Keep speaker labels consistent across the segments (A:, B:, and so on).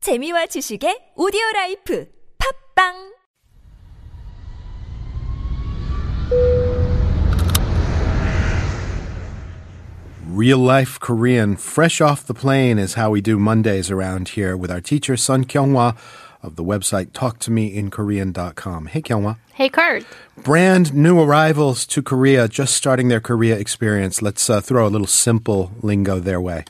A: 재미와 지식의 오디오 라이프 팝빵
B: Real life Korean, fresh off the plane, is how we do Mondays around here with our teacher, Sun Kyunghwa, of the website talktomeinkorean.com. Hey, Kyunghwa.
C: Hey, Kurt.
B: Brand new arrivals to Korea, just starting their Korea experience. Let's uh, throw a little simple lingo their way.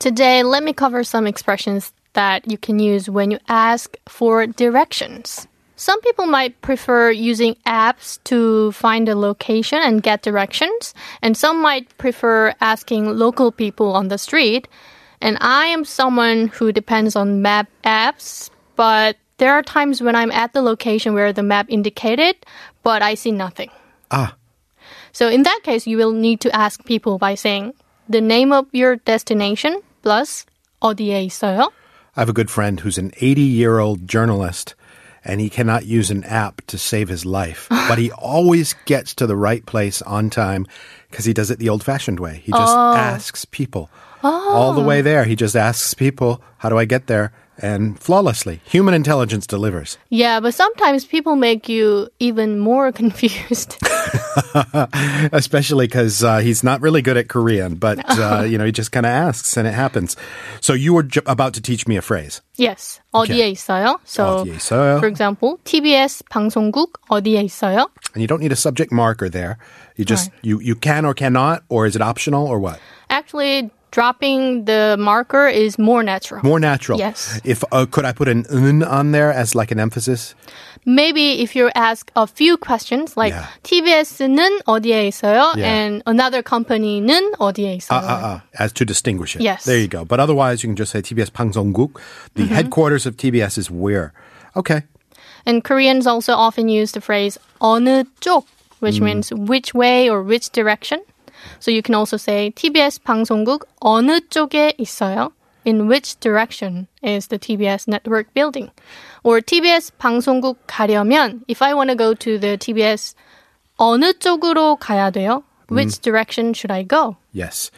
C: Today, let me cover some expressions that you can use when you ask for directions. Some people might prefer using apps to find a location and get directions, and some might prefer asking local people on the street. And I am someone who depends on map apps, but there are times when I'm at the location where the map indicated, but I see nothing.
B: Ah,
C: So in that case, you will need to ask people by saying the name of your destination plus 어디에 있어요?
B: I have a good friend who's an 80 year old journalist, and he cannot use an app to save his life, but he always gets to the right place on time because he does it the old fashioned way. He just asks people. All the way there, he just asks people, How do I get there? And flawlessly, human intelligence delivers.
C: Yeah, but sometimes people make you even more confused.
B: Especially because uh, he's not really good at Korean, but uh, you know he just kind of asks and it happens. So you were ju- about to teach me a phrase.
C: yes, 어디에 있어요? So,
B: 어디에 있어요?
C: for example, TBS 방송국 어디에 있어요?
B: and you don't need a subject marker there. You just you you can or cannot, or is it optional or what?
C: Actually, dropping the marker is more natural.
B: More natural.
C: Yes.
B: If uh, could I put an "n" on there as like an emphasis?
C: Maybe if you ask a few questions like
B: Yeah.
C: TBS는 어디에 있어요?
B: Yeah.
C: and another company는 어디에 있어요?
B: Uh, uh, as to distinguish it.
C: Yes. Mm-hmm.
B: There you go. But otherwise, you can just say TBS Pangzongguk. The headquarters of TBS is where. Okay.
C: And Koreans also often use the phrase 어느 쪽,
B: Mm.
C: which means which way or which direction. So you can also say TBS 방송국 어느 쪽에 있어요? In which direction is the TBS network building? Or TBS 방송국 가려면 if I want to go to the TBS 어느 쪽으로 가야 돼요? Which direction should I go?
B: Yes.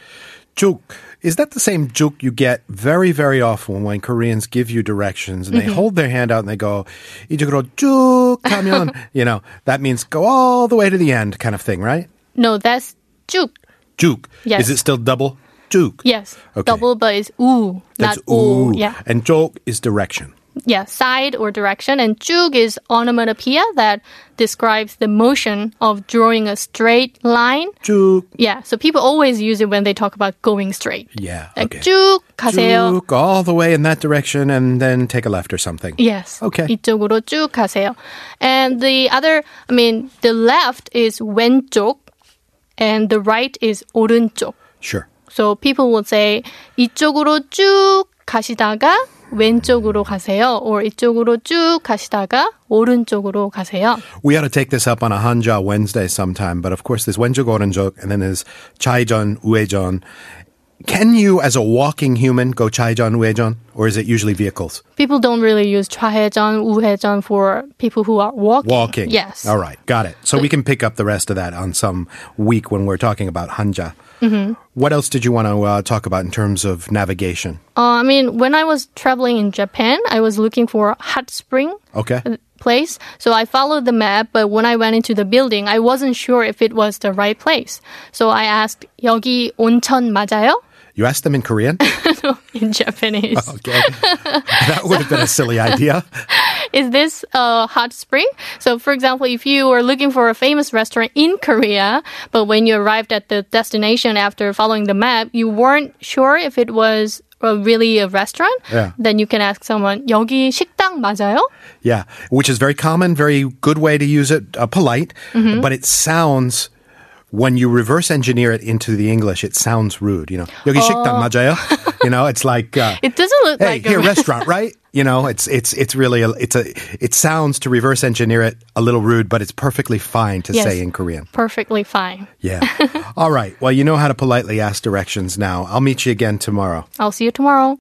B: Juk. Is that the same juk you get very, very often when Koreans give you directions and they
C: Mm-hmm.
B: hold their hand out and they go, 이쪽으로 쭉 가면, you know, that means go all the way to the end kind of thing, right?
C: No, that's 쭉.
B: Juke.
C: Yes.
B: Is it still double? Juke.
C: Yes.
B: Okay.
C: Double but is 우,
B: That's
C: not 오.
B: ooh.
C: Yeah.
B: And joke is direction.
C: yeah, side or direction, and 쭉 is onomatopoeia that describes the motion of drawing a straight line.
B: Juke.
C: Yeah, so people always use it when they talk about going straight.
B: Yeah. okay.
C: Like 쭉 가세요.
B: Juke all the way in that direction and then take a left or something.
C: Yes.
B: Okay.
C: 이쪽으로 쭉 가세요. And the other, I mean, the left is 왼쪽, and the right is 오른쪽.
B: Sure.
C: So people will say 이쪽으로 쭉 가시다가 왼쪽으로 가세요, or 이쪽으로 쭉 가시다가 오른쪽으로 가세요.
B: We ought to take this up on a Hanja Wednesday sometime, but of course there's Wenjuk Oranjuk and then there's Chaijon Uejon. Can you, as a walking human, go Chaijon Uejon? Or is it usually vehicles?
C: People don't really use 좌회전, 우회전 for people who are walking.
B: Walking.
C: Yes.
B: All right. Got it. So we can pick up the rest of that on some week when we're talking about Hanja. Mm-hmm. What else did you want to uh, talk about in terms of navigation?
C: Uh, I mean, when I was traveling in Japan, I was looking for hot spring
B: Okay.
C: place. So I followed the map, but when I went into the building, I wasn't sure if it was the right place. So I asked, 여기 온천 맞아요?
B: You asked them in Korean?
C: In Japanese.
B: Okay. that would have been a silly idea.
C: Is this a hot spring? So, for example, if you were looking for a famous restaurant in Korea, but when you arrived at the destination after following the map, you weren't sure if it was uh, really a restaurant,
B: Yeah.
C: then you can ask someone, 여기 식당 맞아요?
B: Yeah. Which is very common, very good way to use it, uh, polite,
C: Mm-hmm.
B: but it sounds. When you reverse engineer it into the English, it sounds rude. You know, 여기
C: Oh.
B: 식당 맞아요? You know, it's like, uh,
C: It doesn't look
B: hey,
C: like
B: here
C: a
B: restaurant, right? You know, it's it's it's really a, it's a it sounds to reverse engineer it a little rude, but it's perfectly fine to
C: Yes.
B: say in Korean.
C: Perfectly fine.
B: Yeah. All right. Well, you know how to politely ask directions now. I'll meet you again tomorrow.
C: I'll see you tomorrow.